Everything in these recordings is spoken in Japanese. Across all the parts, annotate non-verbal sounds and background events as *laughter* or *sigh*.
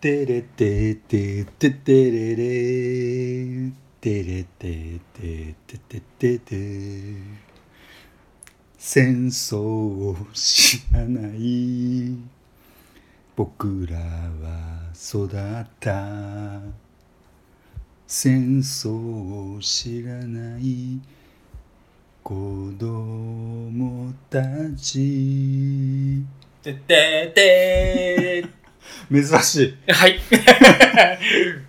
テレテテテテレレテレテテテテテテ戦争を知らない僕らは育った戦争を知らない子供たちてってて珍しいー *laughs* はい。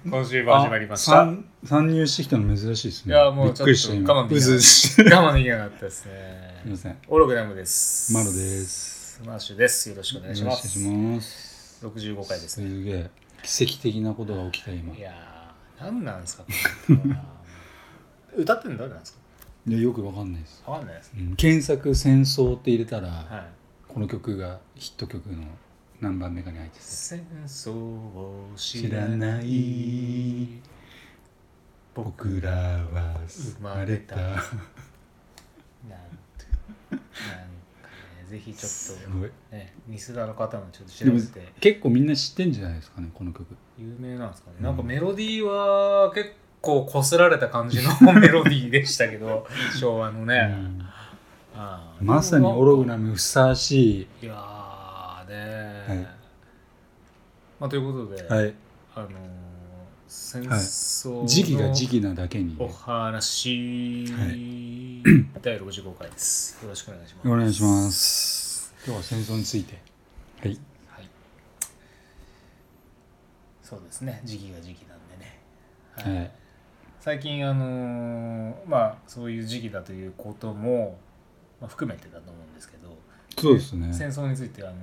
今週も始まりました。あ我参参入してきたの珍しいですね。いやもうちょっとびっくりした今我慢できないうずうず *laughs* して。す慢できなかったですみねま。せん。よ *laughs* オログラムです。。マロですマーシュです。よろしくお願ろいししくおま願いす。します。 65回ですね。すげえ。奇跡的なことが起きた今。いいやー、何なんですか、この人は *laughs* 歌ってるの誰なんですかやよくわかんないです。わかんないです。うん検索「戦争」って入れたら、はい。この曲がヒット曲の何番目かに入ってて戦争を知知ららなないい僕僕ららは生生ままれれたたなんてなんかねぜひちょっすとごいね、ミスダーの方もちょっと調でもべて結構みんな知ってんじゃないですかねこの曲有名なんですかね、なんかメロディーは結構こすられた感じ *laughs* のメロディーでしたけど昭和のうね、んああまさにオログラいムふさわしいやーねはいまあということで、はいあのー戦争の、時期が時期なだけにねお話、は第65回ですよろしくお願いしますお願いします。今日は戦争について。はい。はい、そうですね時期が時期なんでね、ははいい。最近あのーまあそういう時期だということも、まあ、含めてだと思うんですけど、そうですね。戦争についてあのー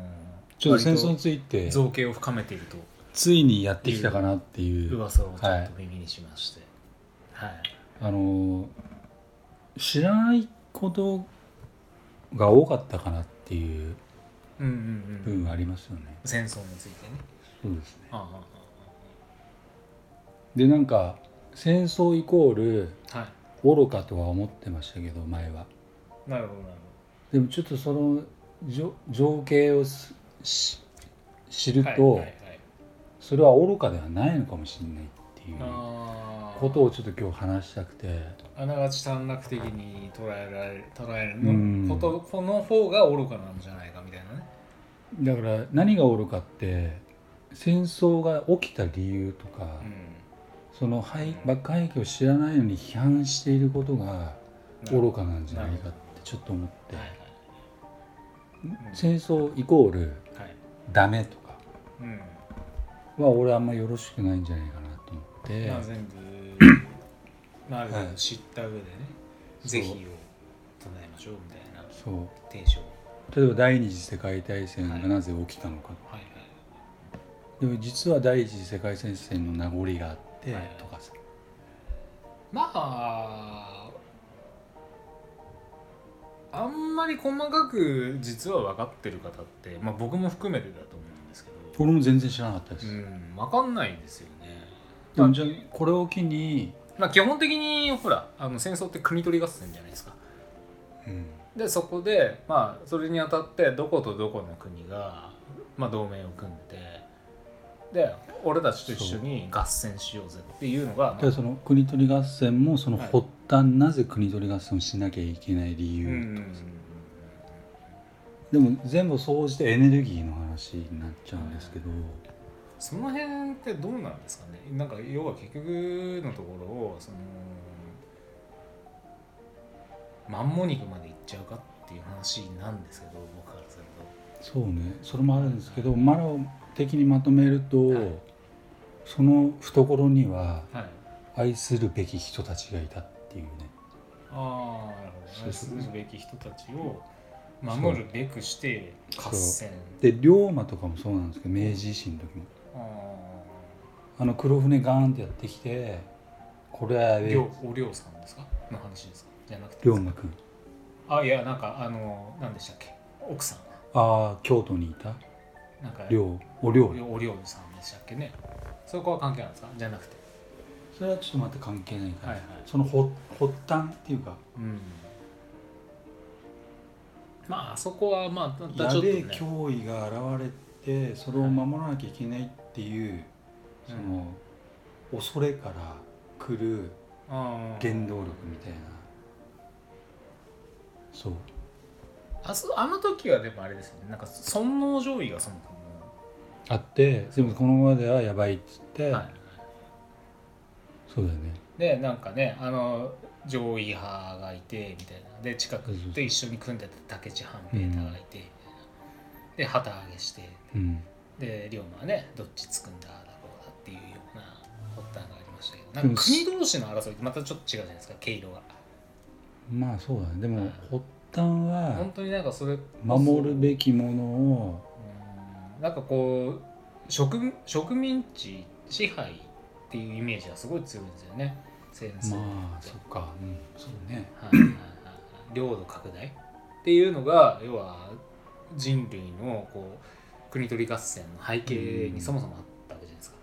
ちょっと戦争に割ついてと、造形を深めているとついにやってきたかなっていう、噂をちょはっいと耳にしましてはい、あのー、知らないことが多かったかなっていううんうんう部ん、分ありますよね。戦争についてねそうですね。あああで、なんか、戦争イコールあああは愚かとは思ってましたけど、前は。いなるほどなるでもちょっとその情情景をすし知るほどはいと、はいはいそれは愚かではないのかもしれないっていうあーことをちょっと今日話したくてあながち短絡的に捉えられ捉えるうんのことこの方が愚かなんじゃないかみたいなねだから何が愚かって戦争が起きた理由とか、その背爆破兵器を知らないのに批判していることがうん愚かなんじゃないかってちょっと思って、はいはいうん戦争イコールはいダメとかうんは俺あんまよろしくないんじゃないかなと思って、まあ全 *coughs* 部まあある程度知った上でねい是非を唱えましょうみたいなそう提唱例えば第二次世界大戦がなぜ起きたのか、はいはいでも実は第一次世界大戦の名残があってはいはいとかさ、まああんまり細かく実は分かってる方って、まあ、僕も含めてだと思うんですけど俺も全然知らなかったです、うん、わかんないですよね。でもじゃあこれを機に、まあ、基本的にほらあの戦争って国取り合戦じゃないですか。でそこで、まあ、それにあたってどことどこの国が、まあ、同盟を組んでで俺たちと一緒に合戦しようぜっていうのが、ただその国取り合戦もそのはい発端なぜ国取り合戦をしなきゃいけない理うん由、うんうんうんでも全部総じてエネルギーの話になっちゃうんですけど、その辺ってどうなんですかねなんか要は結局のところをそのマンモ肉までいっちゃうかっていう話なんですけど僕からすると。そうねそれもあるんですけどマロ的にまとめると、はいその懐にははい、愛するべき人たちがいたっていうねああなるほどそう愛そすうるべき人たちを守るべくして合戦で龍馬とかもそうなんですけど明治維新の時もああの黒船ガーンってやってきてこれはやあべえりょうおりょうさんですかの話ですかじゃなくて龍馬くんあいやなんかあの何でしたっけ奥さんああ京都にいたなんか龍お龍おりょうおりょうさんでしたっけねそこは関係なんですかじゃなくてそれはちょっとまた関係ないから、はいはいその発発端っていうかうんまあそこはまあまたやちょっとべえね脅威が現れてそれを守らなきゃいけないっていうその、恐れから来るあー原動力みたいなそうあそあの時はでもあれですよねなんか尊王攘夷がそもそもあってでもこのままではやばいっつって、はいそうだよねでなんかねあの上位派がいてみたいなで近くで一緒に組んでた武智半平太がいてみたいな、で旗揚げしてうんで龍馬はねどっちつくんだだろうだっていうような発端がありましたけどでなんもか国同士の争いってまたちょっと違うじゃないですか毛色がまあそうだねではもい発端は本当になんかそれ守るべきものをうんなんかこう植植民地支配っていうイメージがすごい強いんですよね戦争、まあそっか、うん、そうねはいはいはいはい領土拡大っていうのが要は人類のこう国取り合戦の背景にそもそもあったわけじゃないですか。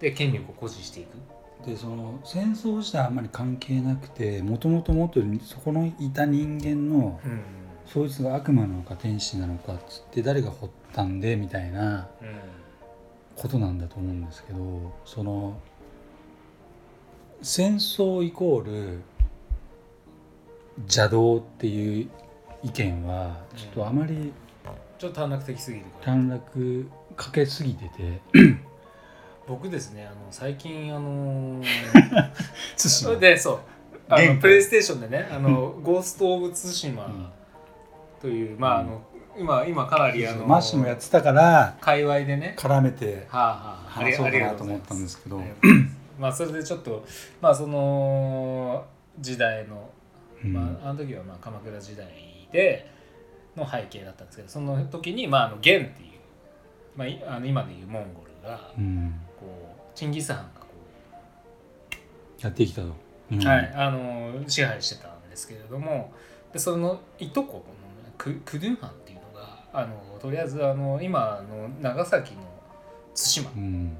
で権力を誇示していく。でその戦争自体あんまり関係なくてもともと持ってるそこのいた人間のうんそいつが悪魔なのか天使なのかっつって誰が掘ったんでみたいなことなんだと思うんですけどその戦争イコール邪道っていう意見はちょっとあまりちょっと短絡的すぎるから短絡かけすぎてて僕ですねあの最近あのー *laughs* 対馬でそうあ原の稿プレイステーションでね「あのゴースト・オブ・ツシマ」という、まああの今今かなりあのマッシュもやってたから界隈でね絡めてはあはああり話そうあかりながとうとござ思いっますたんですけどありがとうございます *coughs* まあそれでちょっとまあその時代の、うんまあ、あの時はまあ鎌倉時代での背景だったんですけどその時にまああの元っていう、まあい、あの今でいうモンゴルがうんこうチンギス・ハンがこやってきたと。日本う、にはい、あの支配してたんですけれどもでそのいとこのククドゥンハンっていうのがあのとりあえずあの今の長崎の対馬うん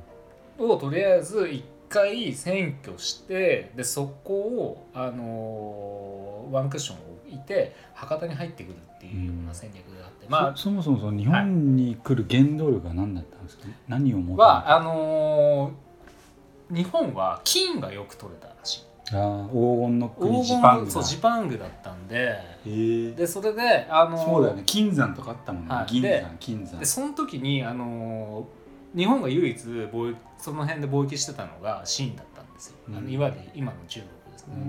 をとりあえず一回選挙してでそこを、あのーワンクッション置いて博多に入ってくるっていうような戦略があって、まそそもそもその日本に来る原動力は何だったんですか、何をあもはあのー日本は金がよく取れたらしいあー黄金の国黄ジパン金グそうジパングだったんでえーでそれで、あのーそうだよね金山とかあったもんね、はい銀で山金山でその時に、あのー日本が唯一貿易その辺で貿易してたのが清だったんですよ、あのうんいわゆる今の中国ですね。う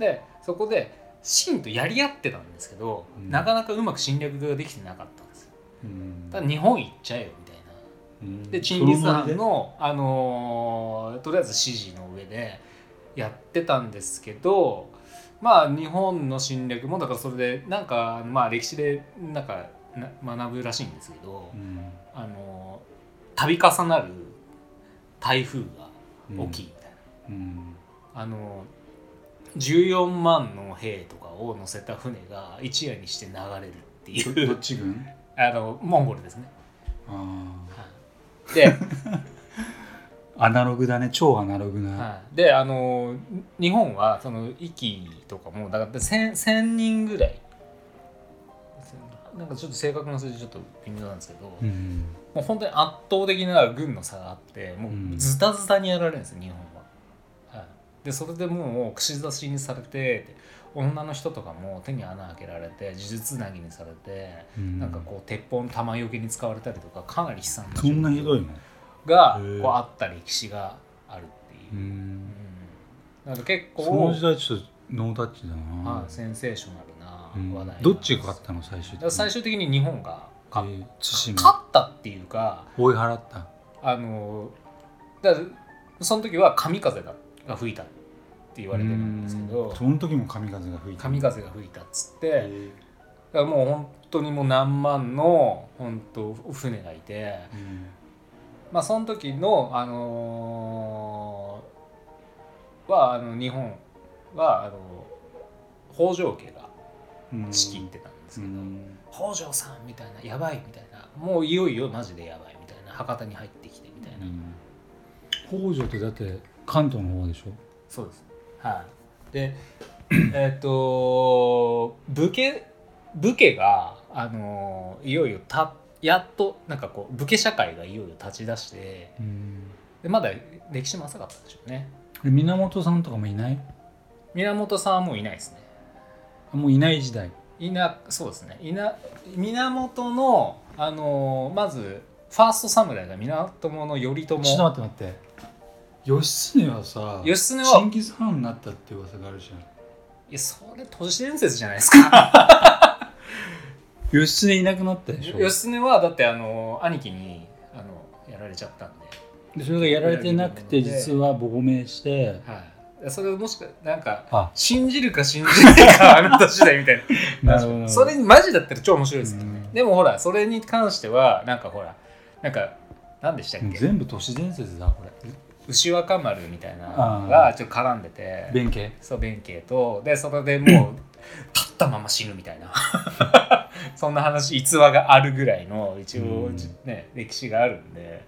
んでそこで秦とやり合ってたんですけど、うんなかなかうまく侵略ができてなかったんですようんただ日本行っちゃえよみたいなうんでチンギス・ハンの、あのーとりあえず指示の上でやってたんですけどまあ日本の侵略もだからそれでなんかまあ歴史でなんかな学ぶらしいんですけど、そのノあのー度重なる台風リでうんが起きみたいな。うんあの14万の兵とかを乗せた船が一夜にして流れるってど *laughs* いどっうち軍 *laughs* あのモンゴルですね。あはいで,、ーアナログだね超アナログな、 *laughs* はい、であの日本はその息とかもだから 1000, 1000人ぐらいなんかちょっと正確な数字ちょっと微妙なんですけど、もうんう本当に圧倒的な軍の差があってもうズタズタにやられるんですよ日本は。はいでそれでもう串刺しにされて女の人とかも手に穴開けられて呪術つなぎにされて、うんなんかこう鉄砲の弾よけに使われたりとかかなり悲惨なそんなひどいいのがへえこうあった歴史があるっていうう、うんんなので結その構時、代ちょっとノータッチだな、はいセンセーショナうルんな話題なんですどっちが勝ったの最終的だからに最終的に日本が勝っえー対馬勝ったっていうか追い払ったあのだからその時は神風がが吹いたって言われてるんですけうどんその時も神風が吹いて神風が吹いたっつって、えだからもう本当にもう何万の本当船がいて、ーうんまあ、その時の、あのーはあの日本はあの北条家がうん仕切ってたんですけど、うん北条さんみたいなやばいみたいなもういよいよマジでやばいみたいな博多に入ってきてみたいな、北条ってだって関東の方でしょそうですはいで *clears throat* えっと武家武家があのいよいよたやっとなんかこう武家社会がいよいよ立ち出してでまだ歴史も浅かったんでしょうねで源さんとかもいない源さんはもういないですねあもういない時代いなそうですねいな源のあのーまずファースト侍が源の頼朝ちょっと待って待って義経はさ義経はチンギス・ハンになったって噂があるじゃんいやそれ都市伝説じゃないですか義経いなくなったでしょ義経はだってあの兄貴にあのやられちゃったんで、でそれがやられてなくて裏切り者で実は亡命してはい、それをもしかなんかあ信じるか信じないかあなた次第みたいな *laughs* なるほどそれマジだったら超面白いですけどね、うんでもほらそれに関してはなんかほらなんか何でしたっけ全部都市伝説だこれ牛若丸みたいなのがちょっと絡んでて弁慶そう弁慶とでそれでも *clears throat* う立ったまま死ぬみたいな *laughs* そんな話逸話があるぐらいの一応、うんね歴史があるんで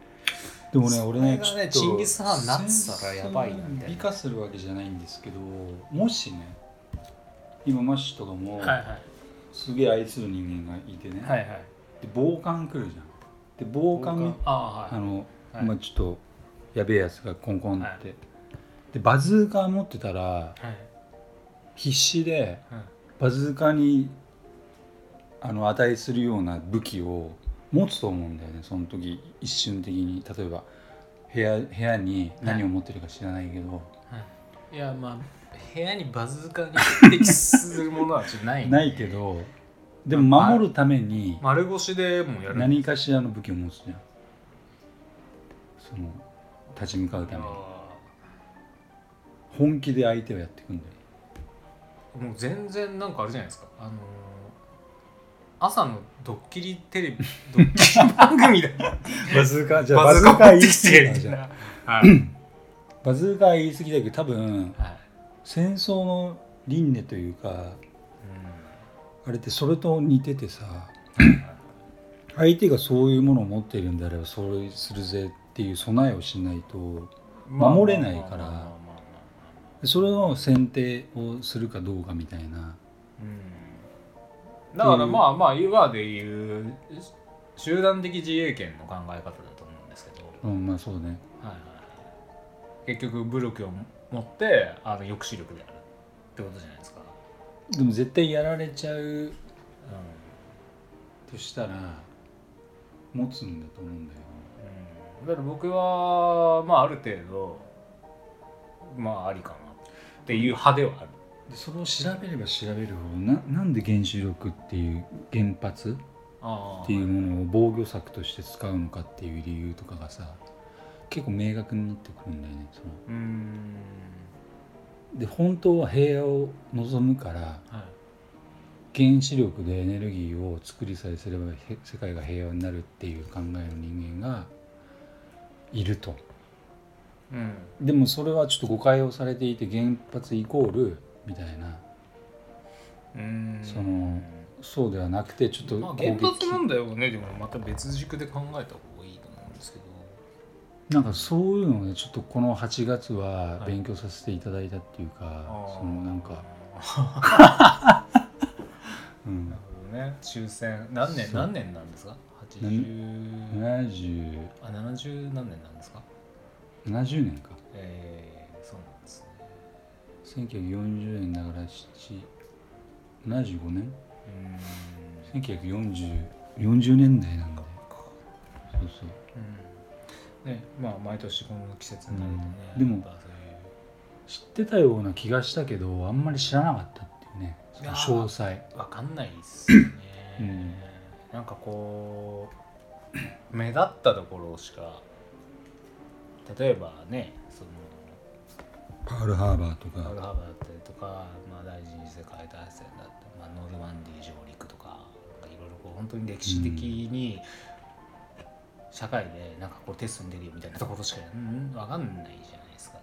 でもねそ俺れがねねちょっとチンギスハンになってたらやばいなみた戦争いなに美化するわけじゃないんですけどもしね今マッシュとかも、すげえ愛する人間がいてね、はいはいで暴漢来るじゃんで暴漢ねああはいあの、はいまあちょっとやべえやつがコンコンって、はいでバズーカ持ってたらはい必死ではいバズーカにあの値するような武器を持つと思うんだよねその時一瞬的に例えば部屋部屋に何を持ってるか知らないけど、いやまあ部屋にバズーカに匹敵するものはちょっとないんで *laughs* ないけどでも守るために丸腰でもうやる何かしらの武器を持つじゃんその立ち向かうためにあ本気で相手をやっていくんだよーもう全然なんかあれじゃないですかあのー朝のドッキリテレビドッキリ番組だバズーカ *laughs* じバズーカ持ってきてみたいなはいバズーカは言い過ぎだけど多分はい戦争の輪廻というかうあれってそれと似ててさん相手がそういうものを持っているんであればそれするぜっていう備えをしないと守れないからまあまあまあまあまあそれの選定をするかどうかみたいなうんだからまあまあ今でいう集団的自衛権の考え方だと思うんですけど、うんまあそうねはいはいはい、結局武力を持ってあの抑止力であるってことじゃないですか、でも絶対やられちゃううとしたら持つんだと思うんだよんうん、だから僕はまあある程度まあありかなっていう派ではあるでそれを調べれば調べるほどななんで原子力っていう原発あっていうものを防御策として使うのかっていう理由とかがさ結構明確になってくるんだよねそのうんで本当は平和を望むからはい原子力でエネルギーを作りさえすればへ世界が平和になるっていう考えの人間がいるとうんでもそれはちょっと誤解をされていて原発イコールみたいなうんそのそうではなくてちょっとまあ、攻原撃発問題はねでもまた別軸で考えた方がいいと思うんですけどなんかそういうのをねちょっとこの8月ははい勉強させていただいたっていうか、そのなんか、うんな、るほどね抽選何年そう何年なんですか80 70あ70何年なんですか70年かえー、そうなんですね1940年だから7 75年う1940年代なんでそうそうーんうんねまあ毎年この季節になるとね、うんでもやっぱそういう知ってたような気がしたけどあんまり知らなかったっていうねその詳細わかんないっすよね、うんなんかこう目立ったところしか例えばねそのパールハーバーとパールハーバーだったりとか、まあ、第二次世界大戦だって、まあ、ノルマンディー上陸とかなんかいろいろこう本当に歴史的に社会でなんかこれテストに出るよみたいなところしか、うん、分かんないじゃないですか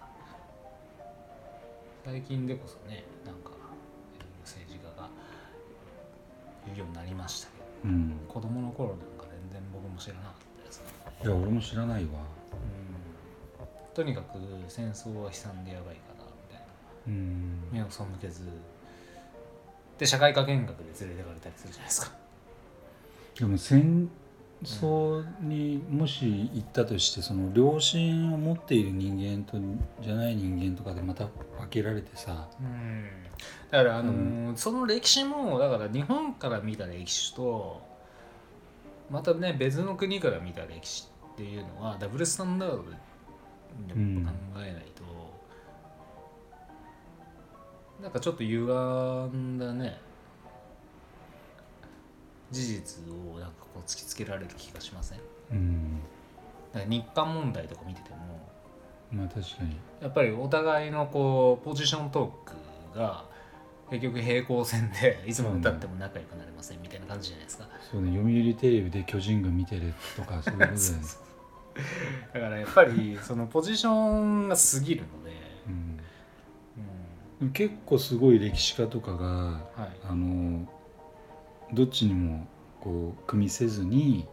最近でこそねなんかいろいろ政治家が言うようになりましたけどうん子供の頃なんか全然僕も知らなかったですねいや俺も知らないわうんとにかく戦争は悲惨でやばいかなみたいなうん目を背けずで社会科見学で連れてかれたりするじゃないですかでも戦そうにもし行ったとしてその両親を持っている人間とじゃない人間とかでまた分けられてさうんだからあのーうその歴史もだから日本から見た歴史とまたね別の国から見た歴史っていうのはダブルスタンダードでうん考えないと、なんかちょっと歪んだね事実をなんかこう突きつけられる気がしませんだうんから日韓問題とか見ててもまあ確かにやっぱりお互いのこうポジショントークが結局平行線でいつまでたっても仲良くなれませんみたいな感じじゃないですか、そうね読売テレビで巨人軍見てるとかそういうことで *laughs* そうそだからやっぱりそのポジションが過ぎるので、うんうでも結構すごい歴史家とかがんはい、あのどっちにもこう組みせずに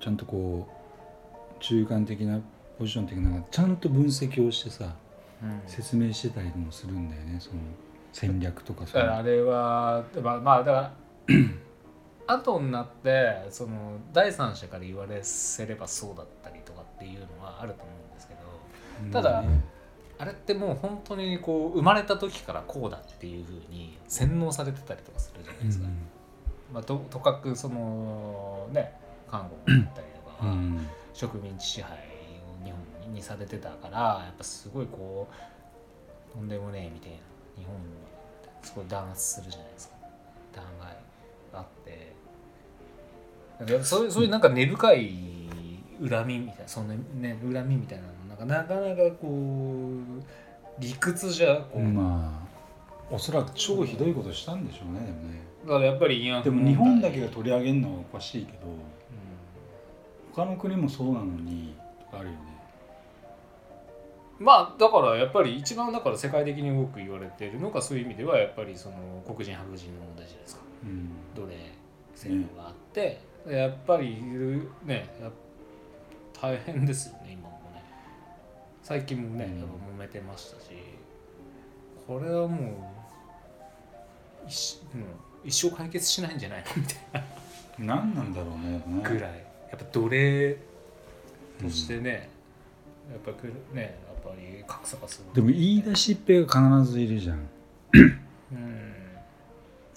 ちゃんとこう中間的なポジション的なちゃんと分析をしてさうん説明してたりもするんだよねその戦略とかだそからあのれはまあまあだから後になってその第三者から言われせればそうだったりとかっていうのはあると思うんですけどただうんあれってもう本当にこう生まれた時からこうだっていうふうに洗脳されてたりとかするじゃないですか、まあ、ととかくそのね韓国だったりとか、うんうん植民地支配を日本にされてたからやっぱすごいこうとんでもねえみたいな日本にすごい弾圧するじゃないですか弾劾があってだからそういうそういうなんか根深い恨みみたいなそのね恨みみたいなのなんかなかなかこう理屈じゃこう、まあおそらく超ひどいことしたんでしょうねでもねだからやっぱり慰安で婦も問日題本だけが取り上げるのはおかしいけど他の国もそうなのにとかあるよねうんまあだからやっぱり一番だから世界的に多く言われてるのがそういう意味ではやっぱりその黒人白人の問題じゃないですかうん奴隷制度があって、やっぱりねやっ大変ですよね今もね最近もね、うんやっぱ揉めてましたしこれはもう一,、うん、一生解決しないんじゃないのみたい何なんだろうねなぐらいやっぱ奴隷としてね、やっぱくるねやっぱり格差がすごいでも言い出しっぺが必ずいるじゃんうん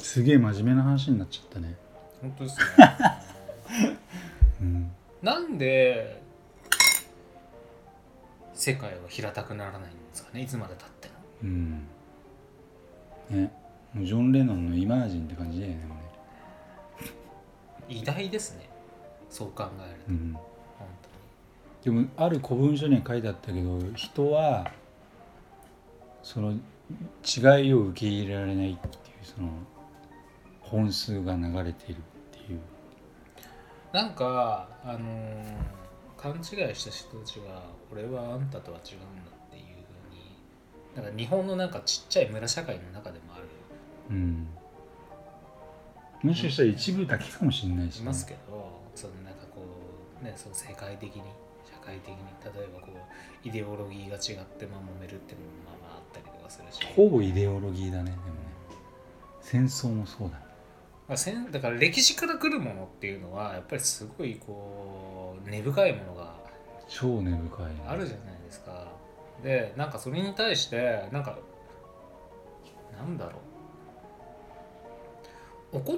すげえ真面目な話になっちゃったね本当ですねうんなんで世界は平たくならないんですかねいつまでたってもうんねもうジョン・レノンの「イマージン」って感じだよねもうね偉大ですねそう考えると、うん本当にでもある古文書には書いてあったけど人はその違いを受け入れられないっていうその本数が流れているっていうなんかあのー勘違いした人たちが俺はあんたとは違うんだっていうふうになんか日本のなんかちっちゃい村社会の中でもあるうんもしかしたら一部だけかもしれないししねますけど、そのなんかこうねその世界的に社会的に例えばこうイデオロギーが違ってまあ揉めるっていうのもまあまああったりとかするしほぼイデオロギーだねでもね戦争もそうだまあ、せんだから歴史から来るものっていうのはやっぱりすごいこう根深いものが超根深いねあるじゃないですか。でなんかそれに対してなんかなんだろう怒っ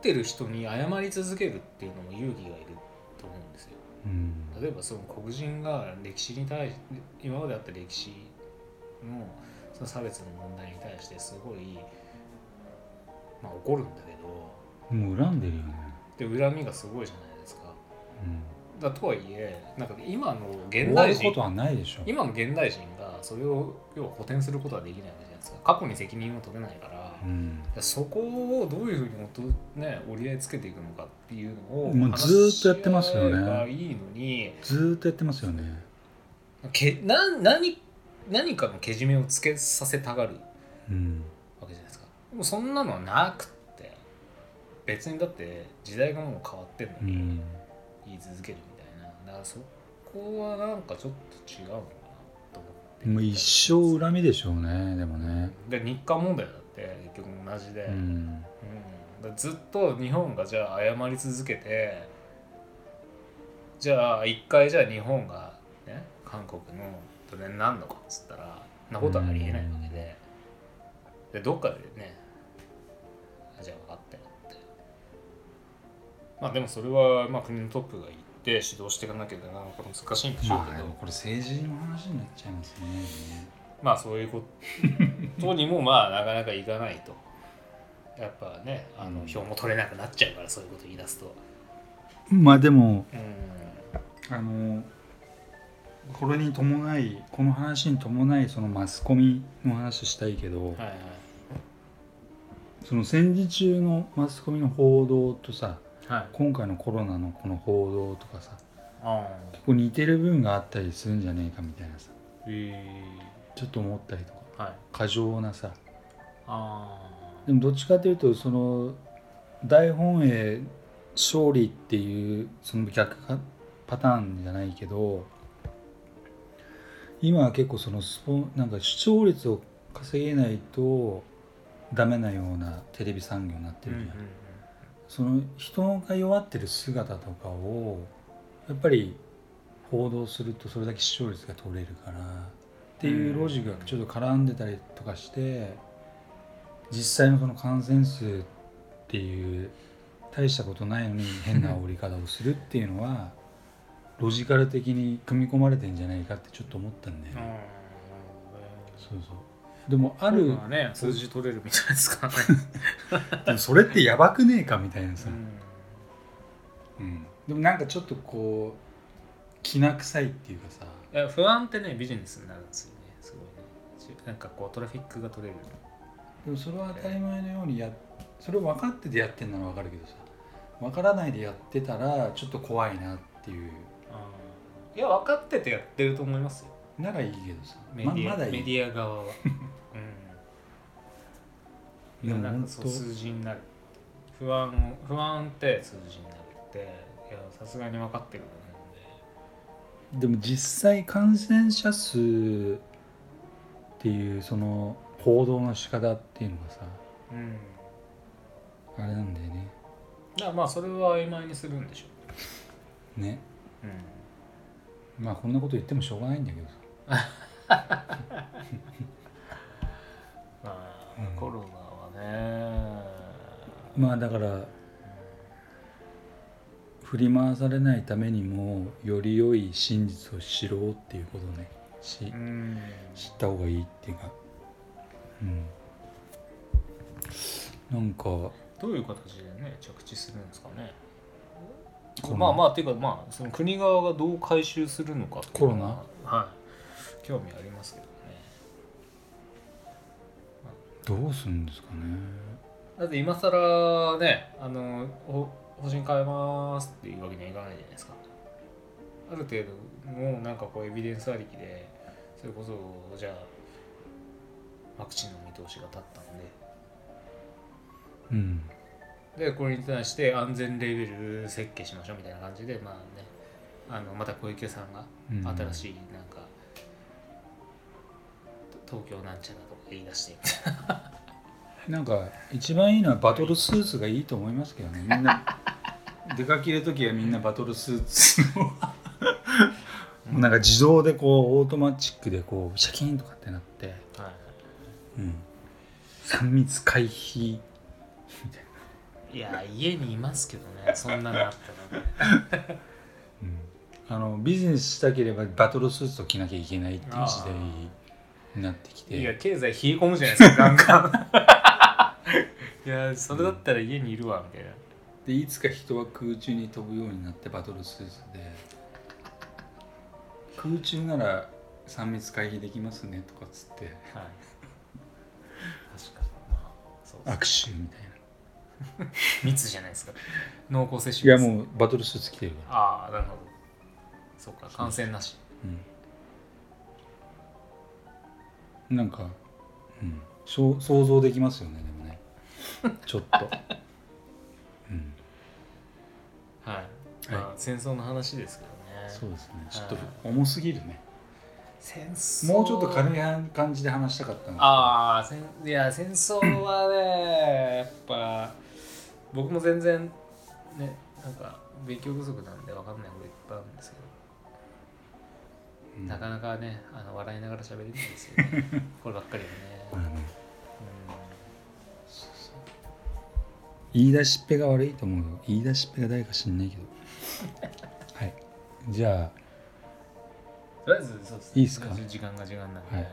てる人に謝り続けるっていうのも勇気がいると思うんですよ。うん例えばその黒人が歴史に対し今まであった歴史のその差別の問題に対してすごい、まあ、怒るんだけど。もう恨んでるよね、で恨みがすごいじゃないですか。うん、だとはいえなんか今の現終わ代るこ人とはないでしょ今の現代人がそれを要は補填することはできないわけじゃないですか過去に責任を取れないから,、うんそこをどういうふうにもっと、ね、折り合いつけていくのかっていうのをもうずーっとやってますよね話し合えばいいのにずーっとやってますよねけな何何かのけじめをつけさせたがるうんわけじゃないですかでもそんなのはなくって別にだって時代がもう変わってんのうに、ん言い続けるみたいなだからそこはなんかちょっと違うのかなと思ってもう一生恨みでしょうねでもねで日韓問題だって結局同じで、うんうんだからずっと日本がじゃあ謝り続けてじゃあ一回じゃあ日本がね韓国の奴隷になるのかっつったらそんなことはありえないわけででどっかでねあじゃあ分かったよってまあでもそれはまあ国のトップが行って指導していかなきゃいけないのか難しいんでしょうまあけでど、もこれ政治の話になっちゃいますよねまあそういうこと *laughs* にもまあなかなかいかないとやっぱねあうのん票も取れなくなっちゃうからそういうこと言い出すとまあでもうんあのこれに伴いこの話に伴いそのマスコミの話したいけど、はいはいその戦時中のマスコミの報道とさはい今回のコロナのこの報道とかさあ結構似てる部分があったりするんじゃねえかみたいなさあえちょっと思ったりとかー、はい過剰なさあでもどっちかというとその大本営勝利っていうその逆かパターンじゃないけど今は結構そのスポンなんか視聴率を稼げないとダメなようなテレビ産業になっあてるじゃん、その人が弱ってる姿とかをやっぱり報道するとそれだけ視聴率が取れるからっていうロジックがちょっと絡んでたりとかして実際のその感染数っていう大したことないの *laughs* に変な煽り方をするっていうのはロジカル的に組み込まれてんじゃないかってちょっと思ったんだようんうんね。うんそうそうでもああるるはね数字取れるみたいですからね、 *laughs* でもそれってやばくねえかみたいなさ、うんうんでもなんかちょっとこうきな臭いっていうかさ、いや不安ってねビジネスになるんですよねすごいねじなんかこうトラフィックが取れるでもそれは当たり前のようにやそれを分かっててやってんなら分かるけどさ分からないでやってたらちょっと怖いなっていういや分かっててやってると思いますよならいいけどさメデまィア,、まだいメデいィ *laughs* ア側は、うん、でもなん本かそう当数字になる不安を不安って数字になるっていやさすがに分かってると思うんででも実際感染者数っていうその報道の仕方っていうのがさうんあれなんだよねだからまあそれは曖昧にするんでしょねう、うん、まあこんなこと言ってもしょうがないんだけどさまあ、うんコロナはねまあだから振り回されないためにもより良い真実を知ろうっていうことねし、うん知った方がいいっていうかうんなんかどういう形でね着地するんですかねコロナまあまあっていうかまあその国側がどう回収するのかっていうのははい興味ありますけどねどうするんですかねだって今更ねあのほ方針変えますっていうわけにはいかないじゃないですかある程度もうなんかこうエビデンスありきでそれこそじゃあワクチンの見通しが立ったのでうんでこれに対して安全レベル設計しましょうみたいな感じでまあねあのまた小池さんがうん新しいなんか、と東京なんちゃらとか言い出してなんか一番いいのはバトルスーツがいいと思いますけどねみんな *laughs* 出かける時はみんなバトルスーツ *laughs* のもうなんか自動でこうオートマチックでこうシャキーンとかってなって、はうん、3密回避みたいな、い、いや家にいますけどねそんなのあったらねうん、あのビジネスしたければバトルスーツを着なきゃいけないっていう時代になってきていや経済冷え込むじゃないですかガンガン *laughs* いやそれだったら家にいるわみたいなでいつか人は空中に飛ぶようになってバトルスーツで空中なら3密回避できますねとかっつってはい確かにまあそうです握手みたいな密じゃないですか濃厚接触いやもうバトルスーツ着てるから、ああなるほどそっか感染なしうん、なんか、うん、想想像できますよねでもねちょっ *laughs* と、うん、はい、まあ、戦争の話ですけどねそうですねちょっとはい重すぎるね戦争もうちょっと軽い感じで話したかったんですけどああせんいや戦争はねやっぱ僕も全然ねなんか勉強不足なんで分かんないこといっぱいあるんですけど、うんなかなかねあの笑いながら喋れないんですよ、 *laughs* ね、こればっかりまはあね、ねうそうそう言い出しっぺが悪いと思うよ言い出しっぺが誰か知ん *laughs* ないけどはいじゃあん、とりあえずそうですいいっすか時間が時間なんで、はいですけどねはい、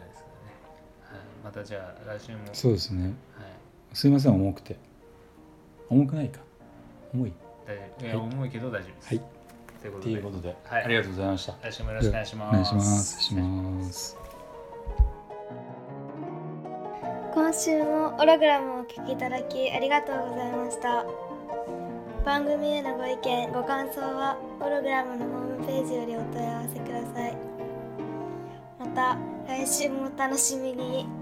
またじゃあ来週もそうですねはいすいません重くて重くないか重い大丈夫いや、はい重いけど大丈夫ではす、いということとでいうことで、はいありがとうございました来週もよろしくお願いしますお願いしますします今週もオログラムをお聞きいただきありがとうございました番組へのご意見ご感想はオログラムのホームページよりお問い合わせくださいまた来週もお楽しみに